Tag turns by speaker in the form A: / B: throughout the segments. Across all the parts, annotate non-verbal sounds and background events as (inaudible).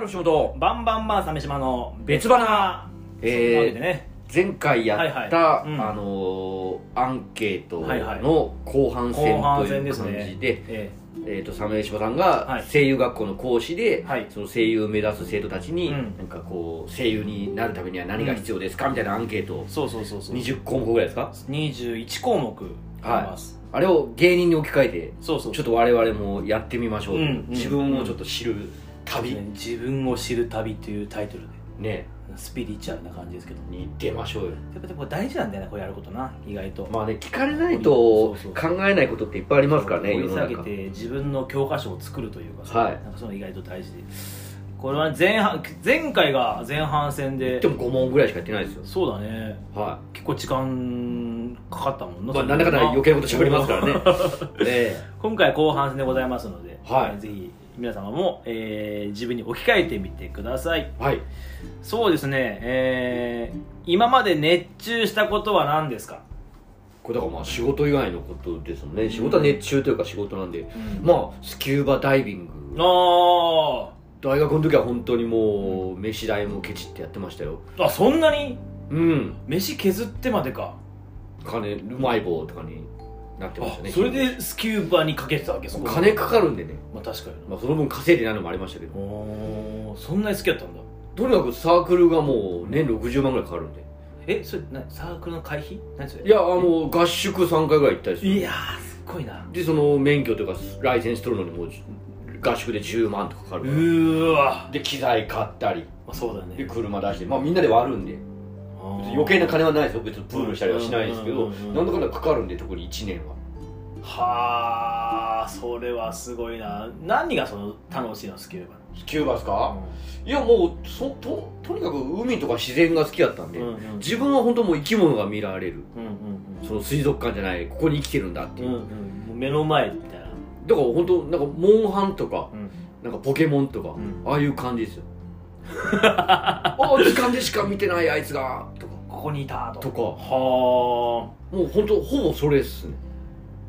A: るほど
B: バンバンバン鮫島の
A: 別花
B: えー、そんなわけでね
A: 前回やった、
B: はいはいうん
A: あのーアンケート
B: はいはい
A: の後半戦
B: 後
A: と
B: 半戦
A: い
B: で
A: う
B: すね
A: 感じで,、
B: え
A: えー、とサムエル島さん
B: は
A: が
B: い
A: 声優学校の講師で、
B: はい
A: その声優を目指す生徒たちに、
B: うん
A: なんかこう声優になるためには何が必要ですか、みたいなアンケートを
B: ーそうそうそうそう
A: 20項目ぐらいですか
B: 21項目あります、
A: あれを芸人に置き換えて
B: そうそう
A: ちょっと我々もやってみましょうと、
B: うんうん
A: 自分をちょっと知る旅、
B: 自分を知る旅というタイトルで
A: ね
B: スピリチュアルな感じですけど
A: に出ましょうよ
B: やっぱでも大事なんだよねこれやることな意外と、
A: まあね聞かれないと
B: そ
A: 考
B: うそう
A: えないことっていっぱいありますからね
B: 掘
A: 世
B: り
A: の
B: 下げ
A: 中
B: て自分の教科書を作るというかさ、
A: はい
B: なんかそういうの意外と大事でこれは前半前回が前半戦で
A: でも5問ぐらいしかやってないですよ
B: そうだね
A: は
B: 結構時間かかったもん
A: い
B: な、
A: まあなんだかんだ余計なこと喋りますからね (laughs) ねえ
B: 今回後半戦でございますので、
A: はい
B: ぜひ皆様も、えー自分に置き換えてみてください
A: はい
B: そうですねえー今まで熱中したことは何ですか、
A: これだからまあ仕事以外のことですもんね仕事は熱中というか仕事なんで
B: ま
A: まあスキューバダイビング
B: あ
A: 大学の時は本当にもう飯代もケチってやってましたよ
B: ーあそんなに
A: うん
B: 飯削ってまでか、
A: 金うまい棒とかになってました
B: あ
A: ね
B: それでスキューバにかけてたわけそこ
A: 金かかるんでね
B: まあ確かに
A: まあその分稼いでないのもありましたけど
B: なおーそんなに好きだったんだ
A: とにかくサークルがもう年60万ぐらいかかるんで
B: えそれなサークルの会費何それ
A: いやあの合宿3回ぐらい行ったりす
B: い
A: る
B: やーすっごいな
A: でその免許というかライセンス取るのにもう合宿で10万とかかか
B: う
A: るから
B: ーわ、
A: で機材買ったり
B: まあ、そうだ
A: で
B: ね
A: 車出してまあみんなで割るんで別に余計な金はないですよ別にプールしたりはしないですけど
B: うんうんうんうん
A: なんだかんだかかるんで特に1年は
B: はあそれはすごいな何がその楽しいのスキューバ
A: スキューバですかいやもうそととにかく海とか自然が好きだったんで
B: うんうん
A: 自分は本当もう生き物が見られる
B: うんうん
A: その水族館じゃないここに生きてるんだって
B: う
A: い
B: んう
A: うん
B: もう目の前みたいな
A: だから本当なんかモンハンとか
B: うん
A: なんかポケモンとか、
B: うん
A: ああいう感じですよああ時間でしか見てないあいつがとか
B: ここにいた
A: と
B: と
A: か
B: はあ
A: もう本当ほぼそれっすね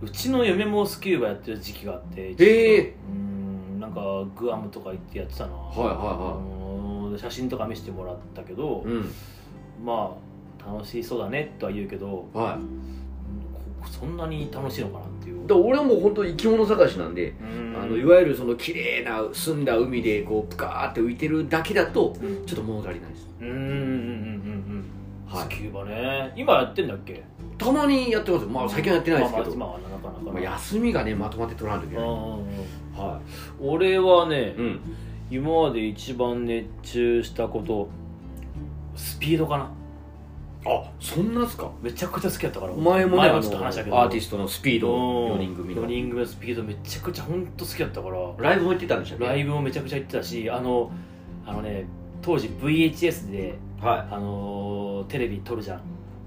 B: うちの嫁もスキューバやってる時期があって
A: へえ
B: うんなんかグアムとか行ってやってたな
A: はいは
B: うん写真とか見せてもらったけど、
A: いはいうん
B: まあ楽しそうだねとは言うけど
A: はい
B: こそんなに楽しいのかなっていう
A: だから俺はもう本当生き物探しなんで、
B: うん
A: あのいわゆるその綺麗な澄んだ海でこうプカーって浮いてるだけだと
B: うん
A: ちょっと物足りないです、
B: うんうんうんうんうん
A: は
B: ス
A: い、
B: キューバね今やってんだっけ
A: たまにやってますよまあ最近はやってないですけど、
B: ま
A: ま
B: あまあ今はなかなか
A: あ
B: な
A: 休みがねまとまって取らないといけ
B: う
A: ない、
B: んうんうん
A: は
B: 俺はね
A: いうん、
B: 今まで一番熱中したことスピードかな
A: あそんなっすか
B: めちゃくちゃ好きだったから
A: お前もね
B: 前
A: あの
B: は
A: ア
B: ちょっと話したけど
A: ーティストのスピード
B: 4
A: 4人組の
B: 人組のスピードめちゃくちゃ本当好きだったから
A: ライブも行ってたんでしたっけ
B: ライブもめちゃくちゃ行ってたしあのあのね当時 VHS で、
A: は
B: あのーテレビ撮るじゃん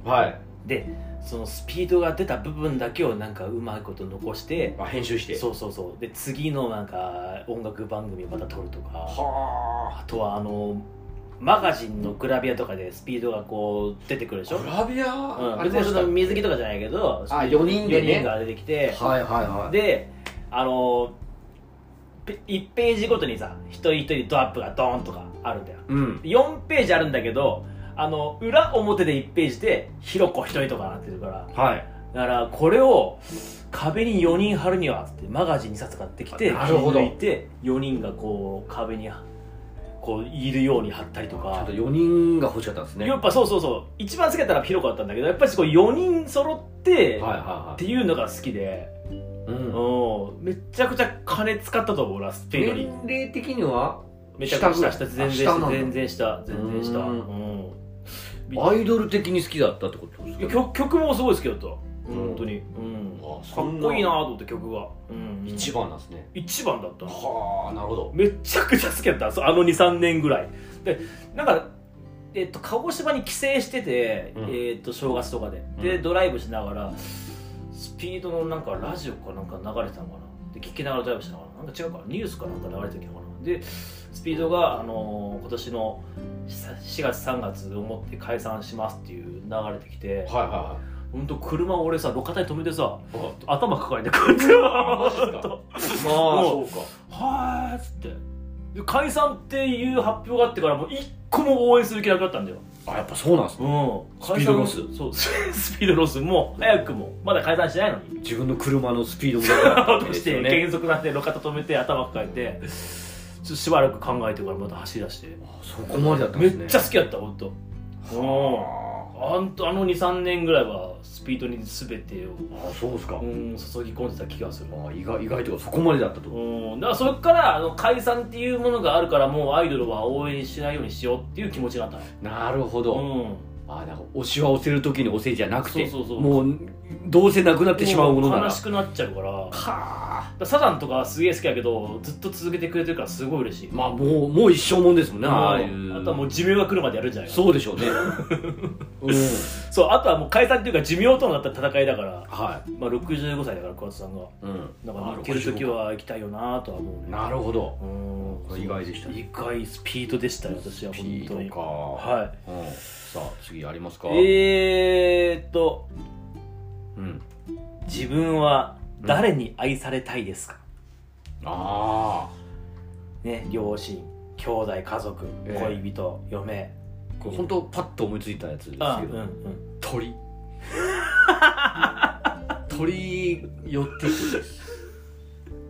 A: いはい
B: でそのスピードが出た部分だけをなんかうまいこと残して
A: あ編集して
B: そうそうそうで次のなんか音楽番組をまた撮るとか
A: は
B: あとはあのマガジンのグラビアとかでスピードがこう出てくるでしょ、
A: グラビア、
B: うん、
A: あれ
B: 別
A: で
B: に
A: し
B: そ
A: た
B: の水着とかじゃないけど
A: あ4人で
B: 4
A: ね
B: 人が出てきて、
A: はいはいはい
B: であのぺ1ページごとにさ一人一人ドアップがドーンとかあるんだよ
A: うん
B: 4ページあるんだけどあの裏表で1ページで「ひろこ一人」とかなってるから
A: はい
B: だからこれを壁に4人貼るにはっつってマガジン2冊買ってきて
A: なるほど
B: 切り抜いて4人がこう壁にこういるように貼ったりと
A: ちょっ
B: か
A: と4人が欲しかったんですね
B: やっぱそうそうそう一番好きだったらひろこだったんだけどやっぱりこう4人揃って、
A: はい
B: っ
A: は
B: ていうのが好きで、
A: いはい、うん、
B: うん、めちゃくちゃ金使ったと思うなスピードに
A: 年齢的には
B: めちゃくちゃ
A: 下
B: 下下
A: ぐら
B: 全
A: い
B: 然
A: あ下なん
B: 下
A: だ
B: 全然下全然下
A: う
B: うんん
A: アイドル的に好きだったってことです
B: いや
A: か
B: 曲曲もすごい好きだった本当に、うん、
A: あ
B: か
A: そん
B: っ
A: な
B: こいいなと思って曲が、うん
A: 一番なんですね
B: 一番だったな
A: はあなるほど
B: めちゃくちゃ好きだったそうあの23年ぐらいでなんか、えっと、鹿児島に帰省してて、
A: うん
B: えっと正月とかで
A: うん
B: でドライブしながらスピードのなんかラジオかなんか流れてたのかなで聞きながらドライブしながらなんか違うかなニュースかなんか流れてたのかなでスピードが、あのー今年の4月3月をもって解散しますっていう流れてきて
A: はいは
B: 本当車を俺さ路肩に止めてさ
A: いはい
B: 頭抱えてこうやって
A: (laughs) マジっすか
B: ほんと
A: まあ
B: も
A: そうか
B: はーっつってで解散っていう発表があってからもう一個も応援する気なくなったんだよ
A: あやっぱそうなんですねス
B: うん
A: ピードロス
B: 解散そう (laughs) スピードロスもう早くもまだ解散してないのに
A: 自分の車のスピードも上が
B: (laughs) 落として減速なんて路肩止めて頭抱えてちょっとしばらく考えてからまた走り出して
A: (laughs) あそこまでだったん
B: め
A: ですね
B: っちゃ好きだった本当。うんあんとあの23年ぐらいはスピードに全てを
A: あそうですか、
B: うん注ぎ込んでた気がする
A: あ意外意外とかそこまでだったと、
B: うん、だからそれからあの解散っていうものがあるからもうアイドルは応援しないようにしようっていう気持ちがあったの
A: なるほど、
B: うん、
A: あなんか推しは押せる時に押せじゃなくて
B: そうそうそう
A: もうどうせなくなってしまうものなら
B: 悲しくなっちゃうからだか
A: はあ
B: らサザンとかすげえ好きやけどずっと続けてくれてるからすごい嬉しい、
A: まあもうもう一生もんですもんね、
B: うん
A: あ
B: あ
A: あいう
B: とはもう寿命が来るまでやるんじゃないかな
A: そうでしょう
B: (laughs)
A: ねうん
B: そうあとはもう解散っていうか寿命とのなった戦いだから、
A: は
B: まあ、65歳だから桑田さんが
A: い、うん、
B: だから行ける時は行きたいよなとは思うね
A: なるほど
B: うん
A: これ意外でしたね
B: 意外スピードでしたよ私は本
A: ピ
B: 当に
A: ーとかはい、
B: はい
A: うん、さあ次ありますか
B: えーっと
A: うん
B: 自分は誰に愛されたいですか、
A: あ
B: ね両親兄弟家族、
A: ええ
B: 恋人嫁
A: あこれ本当パッと思いついたやつですけど
B: あうんうん
A: 鳥鳥寄ってくる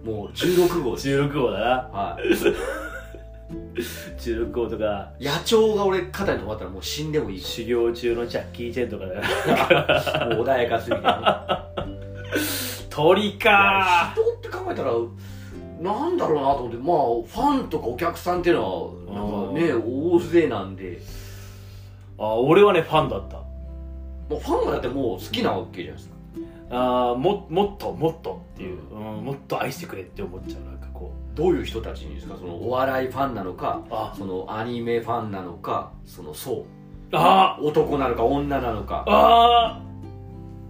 A: もう16号です
B: 16号だな
A: はい
B: 16号とか
A: 野鳥が俺肩に止まったらもう死んでもいい
B: (laughs) 修行中のジャッキー・チェンとかだな
A: もう穏やかすぎて、ね、
B: (laughs) 鳥か
A: 人って考えたらなんだろうなと思ってまあファンとかお客さんっていうのはなんかね大勢なんで
B: あ俺はねファンだった
A: もうファンがだってもう好きなわけじゃないですか
B: あーももっともっとっていう、うんもっと愛してくれって思っちゃうなんかこう
A: どういう人たちにですかそのお笑いファンなのか
B: あ
A: そのアニメファンなのかその層
B: あ
A: 男なのか女なのか
B: あ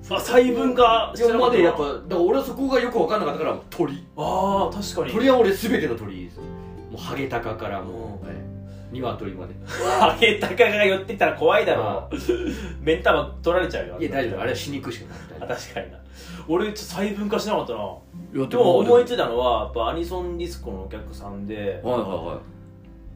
B: ーあ細分が
A: いやまでやっぱ
B: あ
A: だから俺はそこがよく分かんなかったから鳥
B: あー確かに
A: 鳥は俺全ての鳥ですもうハゲタカからもう、
B: うん
A: はい鶏まで
B: ハゲタカが寄ってきたら怖いだろ目ん玉取られちゃうよ
A: いや大丈夫あれは死肉しか
B: あ
A: ない
B: 確かにな俺ちょっと細分化しなかったな
A: や
B: でも思いつ
A: はい
B: たのはやっぱアニソンディスコのお客さんで
A: はいは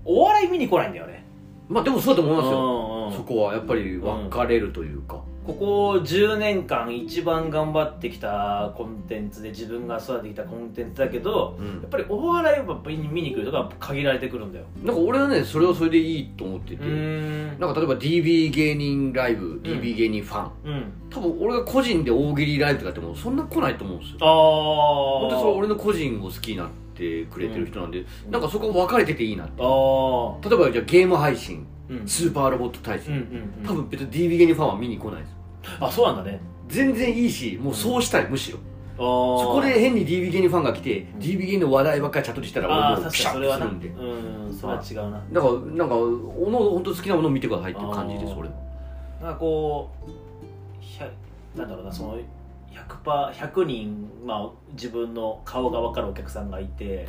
B: お笑い見に来ないんだよね
A: いまあでもそうだと思いますよ
B: うんうん
A: そこはやっぱり分かれるというか、
B: ここ10年間一番頑張ってきたコンテンツで自分が育ててきたコンテンツだけど
A: うん
B: やっぱりお笑いをやっぱ見に来るとか限られてくるんだよ
A: なんか俺はねそれはそれでいいと思ってて、
B: ん
A: なんか例えば DB 芸人ライブ DB 芸人ファン、
B: うん
A: 多分俺が個人で大喜利ライブとかやってもそんな来ないと思うんですよ
B: ああ
A: 本
B: 本
A: 当にそれは俺の個人を好きになってくれてる人なんで、
B: ん
A: なんかそこ分かれてていいなって
B: ああ
A: 例えばじゃあゲーム配信
B: うん
A: スーパーロボット大
B: うん
A: 戦、
B: うんうん
A: 多分別に DB 芸人ファンは見に来ないです
B: あそうなんだね
A: 全然いいしもうそうしたい、むしろ
B: あー
A: そこで変に DB 芸人ファンが来て、
B: ん
A: DB 芸人の話題ばっかりチャットでしたら
B: ああ
A: 俺も
B: 確か
A: う
B: に
A: ピシャ
B: そ
A: ッ
B: れ
A: と
B: は
A: す
B: な
A: るんで
B: うんそれは違うな
A: だからなんかおの本当好きなものを見てくださいっていう感じです
B: あー
A: 俺は
B: なんかこうひゃなんだろうなその100パー100人、まあ、自分の顔が分かるお客さんがいて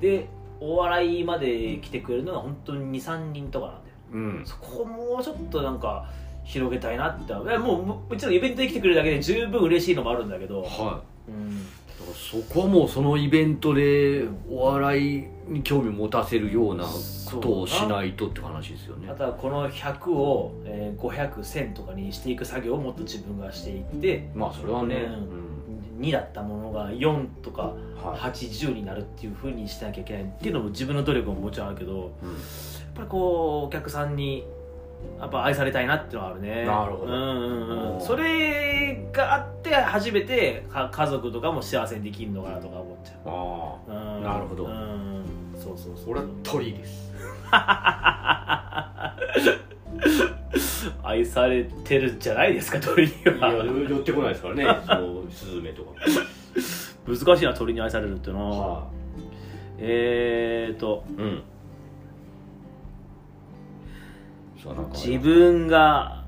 B: でお笑いまで来てくれるのが本当に23人とかなんだよ
A: うん
B: そこをもうちょっとなんか広げたいなっていやもうもうちろんイベントに来てくれるだけで十分嬉しいのもあるんだけど、
A: は
B: うん、
A: いだからそこはもうそのイベントでお笑いに興味を持たせるようなことをしないとって話ですよね
B: あとはこの100を、えー500、1000とかにしていく作業をもっと自分がしていって
A: まあそれはね、
B: うん2だったものが4とか
A: うんは
B: 80になるっていうふうにしなきゃいけないっていうのも自分の努力ももちろんあるけど
A: い、うん
B: やっぱりこうお客さんにやっぱ愛されたいなっていうのはあるね
A: なるほど
B: うんうんう
A: おー
B: んそれがあって初めてか家族とかも幸せにできるのかなとか思っちゃ
A: あ
B: う、うん、
A: なるほど
B: うんそうそうそう
A: 俺は鳥です
B: 愛されてるんじゃないですか鳥に
A: いや
B: は
A: 寄ってこないですからねそのスズメとか
B: 難しいな鳥に愛されるっていうのは、
A: は
B: えーと
A: いうんさあなんかあり
B: 自
A: ます
B: 分が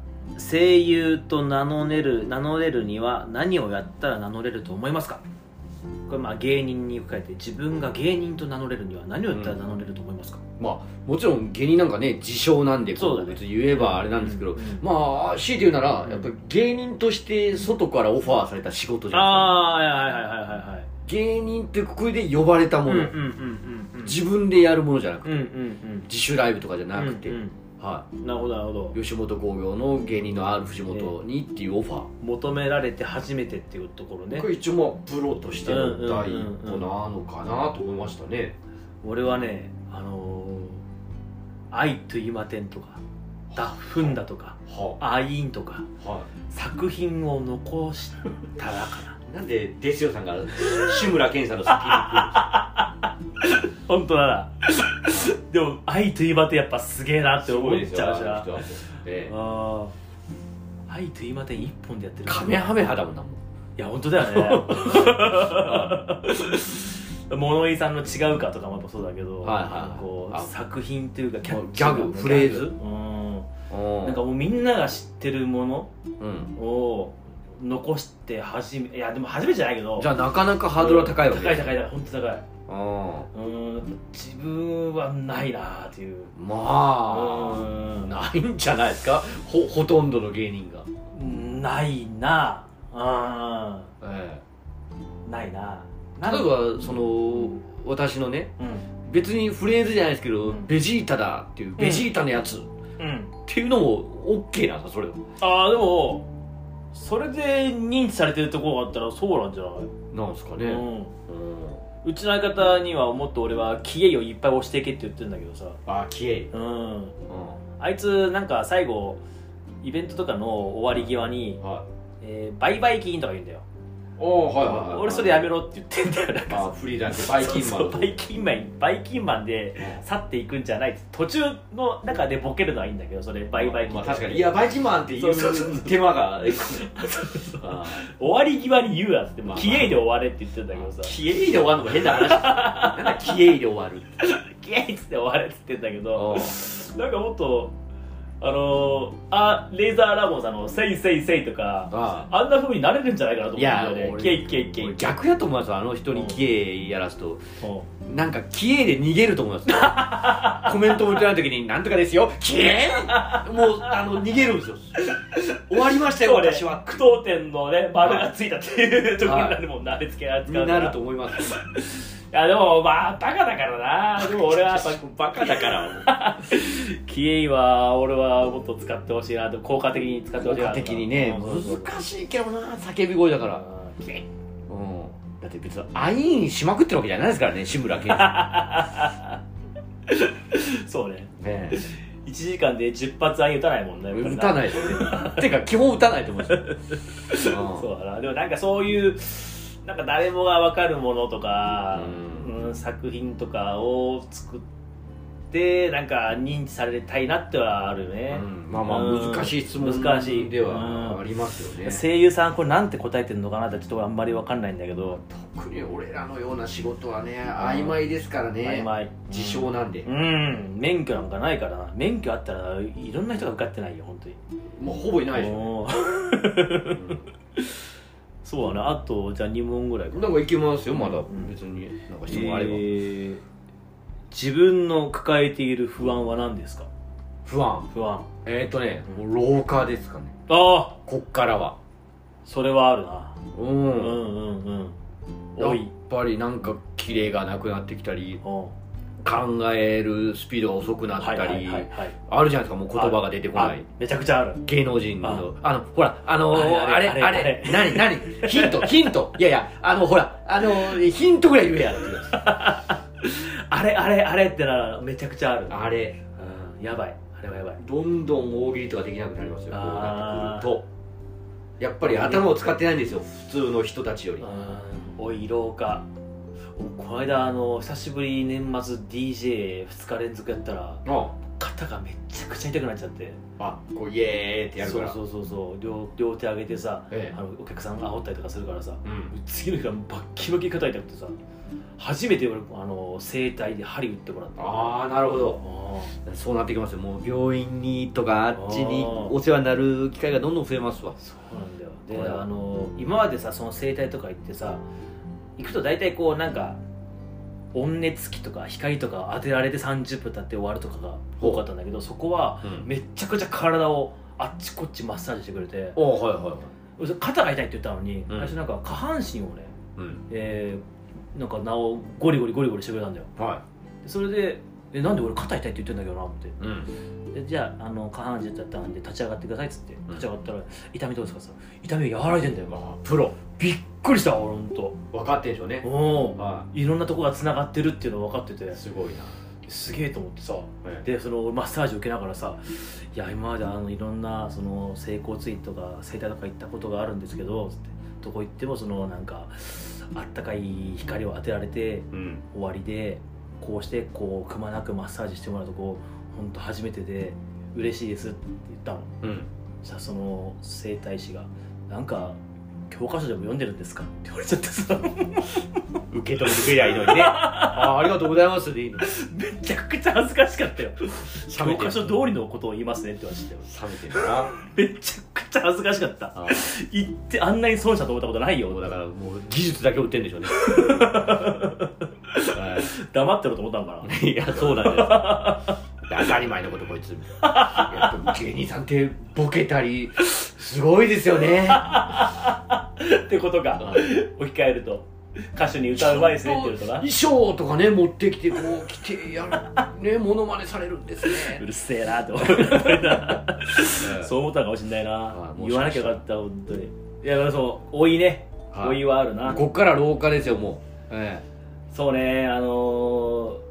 B: 声優と名乗れる名乗れるには何をやったら名乗れると思いますかこれまあ芸人に書いて自分が芸人と名乗れるには何をやったら名乗れると思いますか、
A: まあもちろん芸人なんかね自称なんで
B: そうだね
A: 別に言えばあれなんですけど、
B: うん
A: まあ強いて言うなら、
B: うん
A: やっぱり芸人として外からオファーされた仕事じゃない
B: ああはいはいはいはいはいはい
A: 芸人ってくくりで呼ばれた
B: うん
A: も
B: うん
A: の、
B: うんうんうん
A: 自分でやるものじゃなくて、
B: うんうんうん
A: 自主ライブとかじゃなくて、
B: うん
A: は
B: うんなるほどなるほど
A: い、吉本興業の芸人の R 藤本にっていうオファー、
B: 求められて初めてっていうところね
A: これ一応まあプロとしての第一歩なのかなと思いましたね、
B: 俺はねあのー「愛と今天」とか「ダッフンだ」とか
A: は
B: 「アイン」とか
A: は
B: 作品を残したらか
A: な
B: な
A: んでデスヨさんが志村けんさんの先に行
B: 本当だなでも「愛と今天」やっぱすげえなって思っちゃうじゃんあー愛と今天一本でやってる
A: カメハメ派だもんなもん
B: いや本当だよね (laughs) 物言いさんの「違うか」とかもやっぱそうだけど、
A: はいはいはい
B: こう
A: あ
B: 作品というかキャッチ
A: ギャグフレーズ
B: う
A: うんん
B: なんかもうみんなが知ってるも
A: うん
B: のを残して初めいやでも初めてじゃないけど
A: じゃあなかなかハードルは高いわけ
B: 高い高い高い本当高い
A: 高
B: うん自分はないなっていう
A: いま
B: う
A: あ
B: ん
A: ないんじゃないですかほほとんどの芸人が
B: ないなう
A: え
B: んないな
A: え例えばその私のね
B: うん
A: 別にフレーズじゃないですけど、
B: うん
A: ベジータだっていうベジータのやつっ
B: うん
A: ていうのも OK なんですかそれ
B: ああでもそれで認知されてるところがあったらそうなんじゃない、
A: なんですかね、
B: うん
A: うん
B: うちの相方にはもっと俺は「消えよいっぱい押していけ」って言ってるんだけどさ
A: あ消え
B: うん
A: う
B: あいつなんか最後イベントとかの終わり際に
A: んはい
B: 「えー、売買金」とか言うんだよ、
A: おはいはいはい
B: 俺それやめろって言ってんだよなんか
A: あフリーランスバイキンマン
B: そうそうバイキンマンバイキンマンで去っていくんじゃないって途中の中でボケるのはいいんだけどそれ売買金、
A: まあ確かにいやバイキンマンってい
B: そう
A: う
B: そうそう
A: 手間があ
B: 終わり際に言うなっつって「もう
A: まあ
B: 消えいで終われ」って言ってんだけどさ
A: 消えいで終わるのも変な話なんだ消えいで終わるって
B: イエイっつって終われっつってんだけどなんかもっとあのー、あレーザーラモンさんの「せいせいせい」とか
A: あ
B: あんなふうになれるんじゃないかなと思うんだよ
A: いや
B: ね
A: 俺
B: イエイイエイイエイ
A: 俺逆やと思いますよあの人に消えやらすと
B: うん
A: なんか消えで逃げると思い
B: (laughs)
A: ますよコメントも打てない時に「なんとかですよ消え!」もうあの逃げるんですよ終わりましたよ
B: そうね
A: 私は
B: 句読点のね丸がついたっていうところになるもんなあれつけられ
A: に
B: 使う
A: な
B: から
A: ると思います
B: いやでもまあバカだからなでも俺はやっぱ
A: バカだから
B: キエイは俺はもっと使ってほしいなと効果的に使ってほしい
A: 効
B: な
A: 果的にね
B: うんそうそうそう
A: 難しいけどな叫び声だから
B: うんキエイ
A: うんだって別にアイーンしまくってるわけじゃないですからね志村けんさ
B: そうね
A: んね
B: 1時間で10発あい打たないもん
A: え
B: ねやっぱり
A: 打たないですよねてか基本打たないと思うんですよ、うん
B: (laughs) そうだなでもなんかそういうなんか誰もが分かるものとか、
A: う
B: うん作品とかを作ってなんか認知されたいなってはあるよね、
A: うんまあまあ難しい質問
B: 難しい
A: ではありますよね
B: 声優さんこれなんて答えてるのかなってちょっとあんまり分かんないんだけど、
A: 特に俺らのような仕事はね曖昧ですからね
B: 曖昧
A: 自称なんで
B: う、ん免許なんかないからな免許あったらいろんな人が受かってないよ本当に
A: もうほぼいないでしょ、
B: もうそうだねあとじゃあ2問ぐらいか
A: うん
B: な
A: なんかいけますよまだ
B: ん
A: 別になんか質問あれば、
B: えー自分の抱えている不安は何ですか
A: 不安
B: 不安
A: えっ、ー、とねもう老化ですかね
B: ああ
A: こっからは
B: それはあるな
A: うん
B: うんうんうん
A: や
B: 多
A: っ
B: い
A: ぱりなんかキレがなくなってきたり
B: うん
A: 考えるスピードが遅くなったり、
B: はい
A: あるじゃないですかもう言葉が出てこない
B: あめちゃくちゃある
A: 芸能人のあのほらあのー、
B: あ
A: あ
B: れ
A: れ
B: あ
A: あ
B: れ
A: れ
B: あれ
A: 何何ヒントヒントいやいやあのほらあのーヒントぐらい言えやっていう
B: あれあれあれってならめちゃくちゃある
A: あれ
B: うんやばいあれはやばい
A: どんどん大喜利とかできなくなりますよこうな
B: あー
A: ってくるとやっぱり頭を使ってないんですよ普通の人たちより
B: うんおい老化この間あの久しぶりに年末 DJ2 日連続やったら
A: あ
B: 肩がめちゃくちゃ痛くなっちゃって
A: あこうイエーってやるから
B: そうそうそうそう両両手上げてさ
A: え
B: あのお客さん煽ったりとかするからさ
A: えうん
B: 次の日からバッキバキに叩いたくてさ初めて俺あの整体で針打ってもらった
A: ああなるほど
B: あ
A: そうなってきますよもう病院にとかあっちに
B: あー
A: お世話になる機会がどんどん増えますわ
B: そうなんだよ
A: こ
B: で
A: れ
B: あの今までさその整体とか行ってさ行くと大体こうなんか温熱器とか光とか当てられて30分経って終わるとかが多かったんだけどそこは
A: うん
B: めっちゃくちゃ体をあっちこっちマッサージしてくれて
A: おはいはいはい
B: 肩が痛いって言ったのに、
A: うん
B: 最初なんか下半身をね、
A: うん
B: えなんか名をゴリゴリゴリゴリしてくれたんだよ
A: は
B: でそれでえなんで俺肩痛いって言ってんだけどな思って
A: いうん
B: でじゃああの下半身だったんで立ち上がってくださいっつって
A: ん
B: 立ち上がったら痛みどうですかさ痛みが和らいでんだよ
A: あプロ
B: びっくりした俺ほんと
A: 分かってんでしょうね
B: おお
A: はい
B: ろんなとこがつながってるっていうの分かってて
A: いすごいな
B: すげえと思ってさ
A: ええ
B: でそのマッサージ受けながらさいや今まであのいろんなその整骨院とか整体とか行ったことがあるんですけどつってどこ行ってもそのなんかあったかい光を当てられて
A: うん
B: 終わりでこうしてこうくまなくマッサージしてもらうとこ本当初めてで嬉しいですって言ったの
A: うん
B: さその整体師が「なんか教科書でも読んでるんですか?」って言われちゃってさ (laughs)
A: 受け止めてくれりゃいいのにね (laughs) ああありがとうございますでいいのに (laughs)
B: めちゃくちゃ恥ずかしかったよ
A: 冷め
B: 教
A: てる
B: 科書通りのことを言いますねって言われてたよ
A: 冷めてるな
B: めちゃくちゃ恥ずかしかった
A: あ
B: 行ってあんなに損したと思ったことない
A: もう
B: よ
A: だからもう技術だけ売ってんでしょう (laughs) ねは
B: 黙ってろと思ったのかない
A: いやそうなんだよ当たり前のことこいつやっぱ芸人さんってボケたりすごいですよね
B: ってことか置き換えると歌手に歌うまいですねって言うとな
A: 衣装とかね持ってきてこう着てやる (laughs) ねモノマネされるんですね
B: うるせえなって思う
A: そ
B: そう思ったのかもしれない
A: は
B: ない言わなきゃよかった本当にいやだからそう老いね
A: はい
B: 老いはあるな
A: うこっから廊下ですよもう、え
B: そうねあのー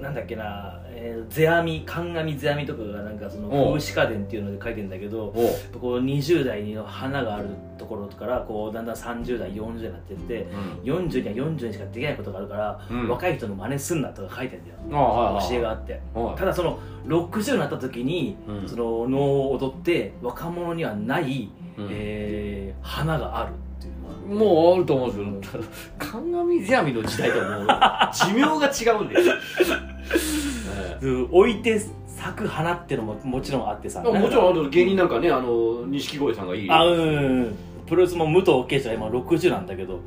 B: なんだっけな、えー、世阿弥観阿弥世阿弥とかがなんかその
A: おう
B: 風刺家伝っていうので書いてんだけど
A: えおう
B: こう20代の花があるところからこうだんだん30代40代になってって40には40にしかできないことがあるから、
A: うん
B: 若い人の真似すんなとか書いてんだ
A: あ
B: よ
A: あはい
B: 教えが
A: あ
B: あって
A: はい
B: ただその60になった時に、
A: うん
B: その能を踊って若者にはない、
A: うん
B: えー花があるっていうのは
A: もうあると思うんですけど、神神世阿弥の時代ともう寿命が違うんですよ。え
B: うん置いて咲く花ってのももちろんあってさ
A: えもちろ
B: ん
A: んあの芸人なんかね、あの錦鯉さんがいい。
B: あ
A: う
B: うんんうんうんプロレスも武藤圭司は今60なんだけど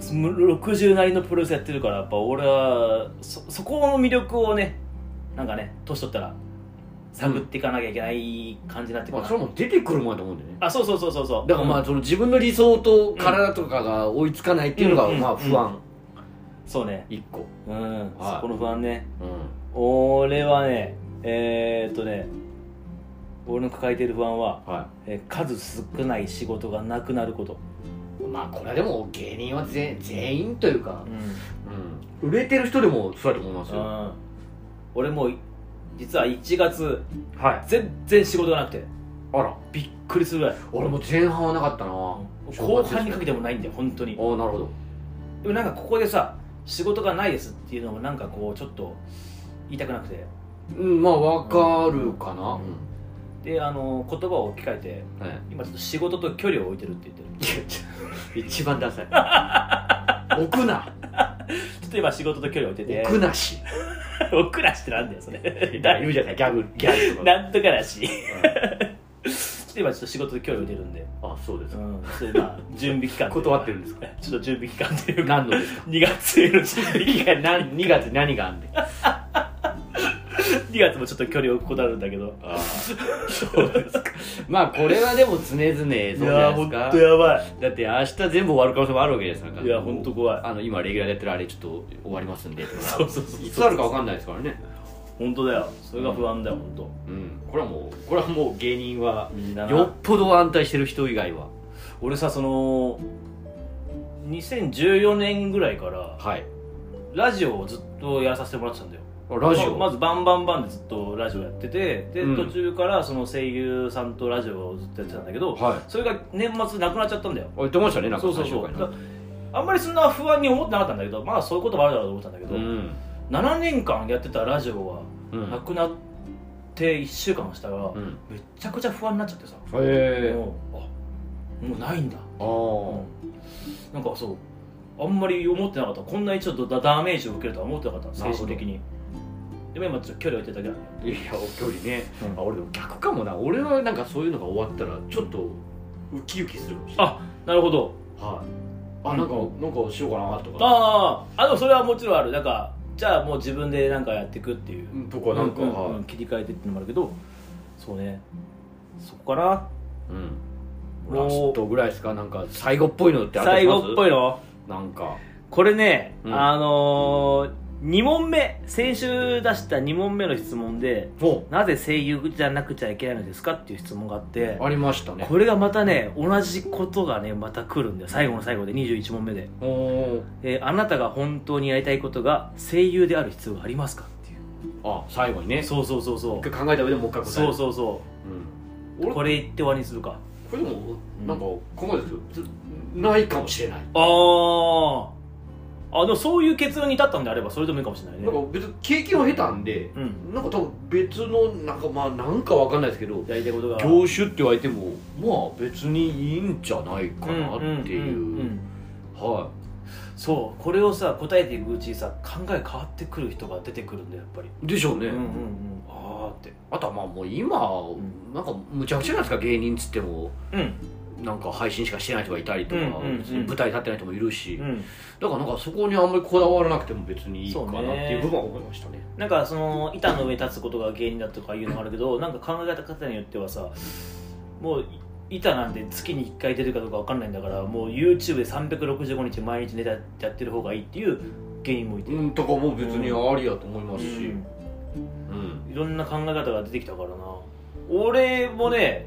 B: 60なりのプロレスやってるからやっぱ俺はそそこの魅力をねなんかね年取ったら探っていかなきゃいけない感じになってく
A: ま
B: る
A: あそ
B: な、
A: れも出てくるもんだと思うんだよね。
B: あそうそうそうそうそう
A: だからま
B: う
A: あ
B: ん
A: その自分の理想と体とかが追いつかないっていうのが
B: うん
A: まあ不安
B: そうね
A: 一個。
B: うん、
A: はい
B: そこの不安ね
A: うん
B: 俺はねえー、っとね俺の抱えている不安は、
A: は
B: えー数少ない仕事がなくなること、
A: い。まあこれはでも芸人は全全員というか
B: う、ん
A: 売れてる人でもそうだと思いますよ。
B: うん俺もう実は1月
A: はい。
B: 全然仕事がなくて
A: あら、
B: びっくりするぐらい
A: 俺も前半はなかったな。
B: 後半にかけてもないんだよ本当に
A: ああなるほど。
B: でもなんかここでさ仕事がないですっていうのもなんかこうちょっと言いたくなくて
A: うんまあわかるかな、
B: うんであの言葉を置き換えて
A: はい
B: 今ちょっと仕事と距離を置いてるって言ってる
A: 一番ダサい (laughs) 置くな
B: ちょっと今仕事と距離を置いてて
A: 置くな (laughs) し
B: (laughs) おくらしってなんだよそれ
A: 言うじゃないギャグギャグとか
B: なんとからし今ちょっと仕事と距離を置いてるんで、
A: うんあそうです
B: う
A: か
B: ん、それまあ準備期間というか
A: 断ってるんですか
B: (laughs) ちょっと準備期間というか
A: 何のですか
B: 2月への準備期間
A: 何2月に何があんねんあ
B: 2月もちょっと距離を置くことあるんだけど
A: そうですかまあこれはでも常々そうじゃないです
B: いやーほん
A: か
B: とやば
A: だって明日全部終わる可能性もあるわけじゃないですか
B: いいやほんと怖い
A: あの今レギュラーでやってるあれちょっと終わりますんでとか
B: そうそうそう
A: いつあるかわかんないですからね
B: 本当だよそれが不安だよ本当
A: うんこれはもうこれはもう芸人は
B: みんなな
A: よっぽど安泰してる人以外は
B: 俺さその2014年ぐらいから
A: はい
B: ラジオをずっとやらさせてもらってたんだよ
A: あラジオ、
B: ままず「バンバンバン」でずっとラジオやっててで、
A: うん
B: 途中からその声優さんとラジオをずっとやってたんだけど
A: はい
B: それが年末なくなっちゃったんだよ
A: 言ってましたねなんか
B: そうそう
A: 最
B: そ
A: 終
B: う
A: 回
B: だからあんまりそんな不安に思ってなかったんだけどまあそういうこともあるだろうと思ってたんだけど、
A: ん、
B: 7年間やってたラジオは
A: うん
B: なくなって1週間したら、
A: うん、
B: めっちゃくちゃ不安になっちゃってさ
A: へえ
B: もうあもうないんだ
A: あー
B: なんかそうあんまり思ってなかったこんなにちょっとダダメージを受けるとは思ってなかった
A: なるほ
B: 精
A: ど
B: 神的にでも今ちょっと距離置いてるだけなんだよ
A: いやお距離ね、
B: うん
A: あ俺でも逆かもな俺はなんかそういうのが終わったらちょっとウキウキするかもしれない
B: あなるほど
A: はいあなんか、なんかしようかなとか
B: あーあでもそれはもちろんあるなんかじゃあもう自分でなんかやっていくっていう
A: うんとかなんか、
B: うう
A: はい
B: うん切り替えてっていうのもあるけどそうねそこかな
A: うん
B: もう
A: ラストぐらいですかなんか最後っぽいのってあったりし
B: 最
A: ます
B: 後っぽいの
A: なんか
B: これね、
A: うん
B: あのー、2問目先週出した2問目の質問で
A: ほ
B: なぜ声優じゃなくちゃいけないのですかっていう質問があって
A: うありましたね
B: これがまたね同じことがねまた来るんだよ最後の最後で21問目で、
A: おお
B: えーあなたが本当にやりたいことが声優である必要がありますかっていう
A: あ最後にね
B: そうそうそうそう
A: 一回考えた上でもう一回答え
B: そう
A: う、
B: そうそ
A: うん、
B: う
A: 俺こ
B: こ
A: れ
B: れ言って終わりにするか
A: これでもなんか考えたけどずないかもしれない
B: あーあでもそういう結論に至ったんであればそれでもいいかもしれないね
A: なんか別に経験を経たんで
B: うん
A: なんか多分別のなんかまあなんかわかんないですけど
B: やりたいことが
A: 業種って言われてもまあ別にいいんじゃないかなってい
B: んん
A: うんは
B: そうこれをさ答えていくうちにさ考え変わってくる人が出てくるんだよやっぱり
A: いでしょうね、
B: うんうんうんああって
A: あとはまあもう今、
B: ん
A: なんかむちゃくちゃじゃないですか芸人っつっても
B: うん
A: なんか配信しかしてない人がいたりとか、
B: うんうんうん
A: 舞台立ってない人もいるし、
B: うん
A: だからなんかそこにあんまりこだわらなくても別にいいかなっ
B: そうね
A: ていう部分は思いましたね
B: なんかその板の上に立つことが芸人だとかいうのもあるけどなんか考え方によってはさもう板なんて月に1回出るかどうかわかんないんだからもう YouTube で365日毎日ネタやってる方がいいっていう芸人もいて、
A: うんとかも別にありやと思いますし、
B: うん
A: うん
B: いろんな考え方が出てきたからな俺もね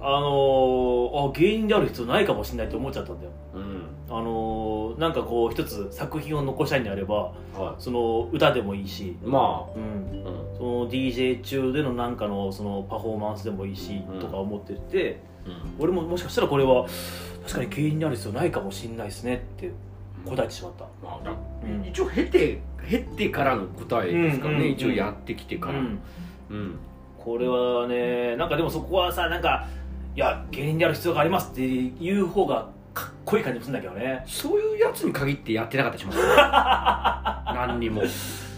B: あのーあ芸人である必要ないかもしれないって思っちゃったんだよ
A: うん
B: あのーなんかこう一つ作品を残したいんであれば
A: は
B: その歌でもいいし、
A: いまあ、
B: うん、
A: うん
B: その DJ 中でのなんかのそのパフォーマンスでもいいし、
A: うん
B: とか思ってて俺ももしかしたらこれは確かに芸人になる必要ないかもしれないですねって答えてしまった
A: まあだ
B: うん
A: 一応経て経てからの答えですからね、
B: うんうんうん
A: 一応やってきてから、
B: うん
A: うん
B: これはねなんかでもそこはさなんかいや芸人である必要がありますっていう方がかっこいい感じもするんだけどね
A: そういうやつに限ってやってなかったりします
B: (laughs)
A: 何にも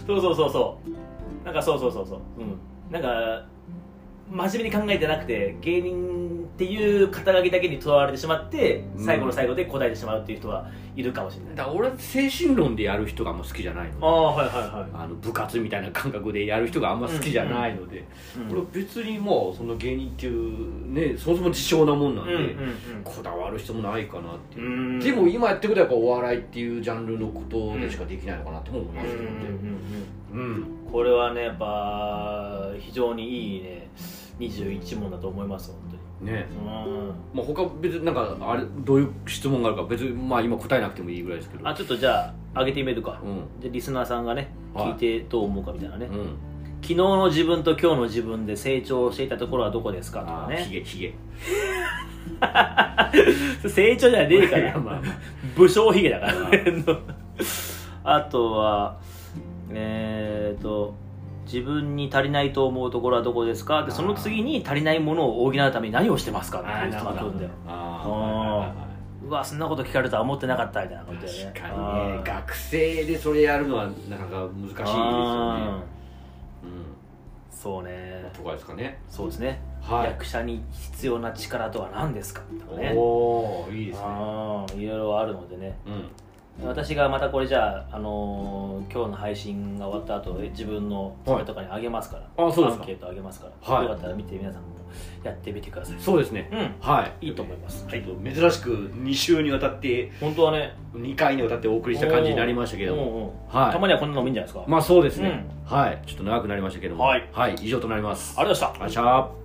B: そうそうそうそうなんかそうそうそうそううんなんか真面目に考えてなくて芸人っていう肩書きだけにとらわれてしまって
A: うん
B: 最後の最後で答えてしまうっていう人はいるかもしれない、
A: だから俺は精神論でやる人があんま好きじゃないの
B: あ
A: で
B: あはいはいは
A: あの部活みたいな感覚でやる人があんま好きじゃないので、
B: い、うん、
A: 俺は別にまあその芸人っていうねそもそも自称なもんなんで、
B: うんうん
A: こだわる人もないかなっていう、
B: うん
A: でも今やってることはやっぱお笑いっていうジャンルのことでしかできないのかなとも思いま
B: うんうんう
A: す
B: ん
A: けどねうん、
B: うんこれはねやっぱ非常にいいね21問だと思います本
A: ね
B: 当にうん
A: まあ、他別になんかあれどういう質問があるか別にまあ今答えなくてもいいぐらいですけど
B: あちょっとじゃあ上げてみるか、
A: うん
B: じゃあリスナーさんがね
A: はい
B: 聞いてどう思うかみたいなね、
A: うん
B: 昨日の自分と今日の自分で成長していたところはどこですかと
A: あ
B: か
A: ーひ
B: ね
A: げひげ
B: 成長じゃねえか
A: いや (laughs)
B: ら
A: まあ
B: 武将髭だか
A: あ
B: ら (laughs) あとはえーと自分に足りないと思うところはどこですかでその次に足りないものを補うために何をしてますかっていう質問が来るんだよ
A: あー
B: うわそんなこと聞かれたら思ってなかったみたいなことだよね
A: 確かにね
B: あー
A: 学生でそれやるのはなかなか難しいですよね
B: あ
A: う
B: ーそうね
A: んとかですかね
B: そうですね、
A: はい
B: 役者に必要な力とは何ですかとかね
A: おおいいですね
B: あーいろいろあるのでね
A: うん
B: 私がまたこれじゃあ、あのー今日の配信が終わった後え自分の
A: はい
B: それとかにあげますから、
A: あそうです
B: ア
A: か
B: ンケートあげますから、
A: はい
B: よかったら見て皆さんもやってみてください
A: そうですね
B: うん
A: はい
B: いいと思います、
A: ちょっと珍しく2週にわたって
B: 本当はね
A: 2回にわたってお送りした感じになりましたけども
B: うんうんた
A: は
B: まにはこんなのもいいんじゃないですか、
A: いまあそうですねはいちょっと長くなりましたけども
B: はい
A: はい以上となります
B: ありがとうございました
A: ありがとうございました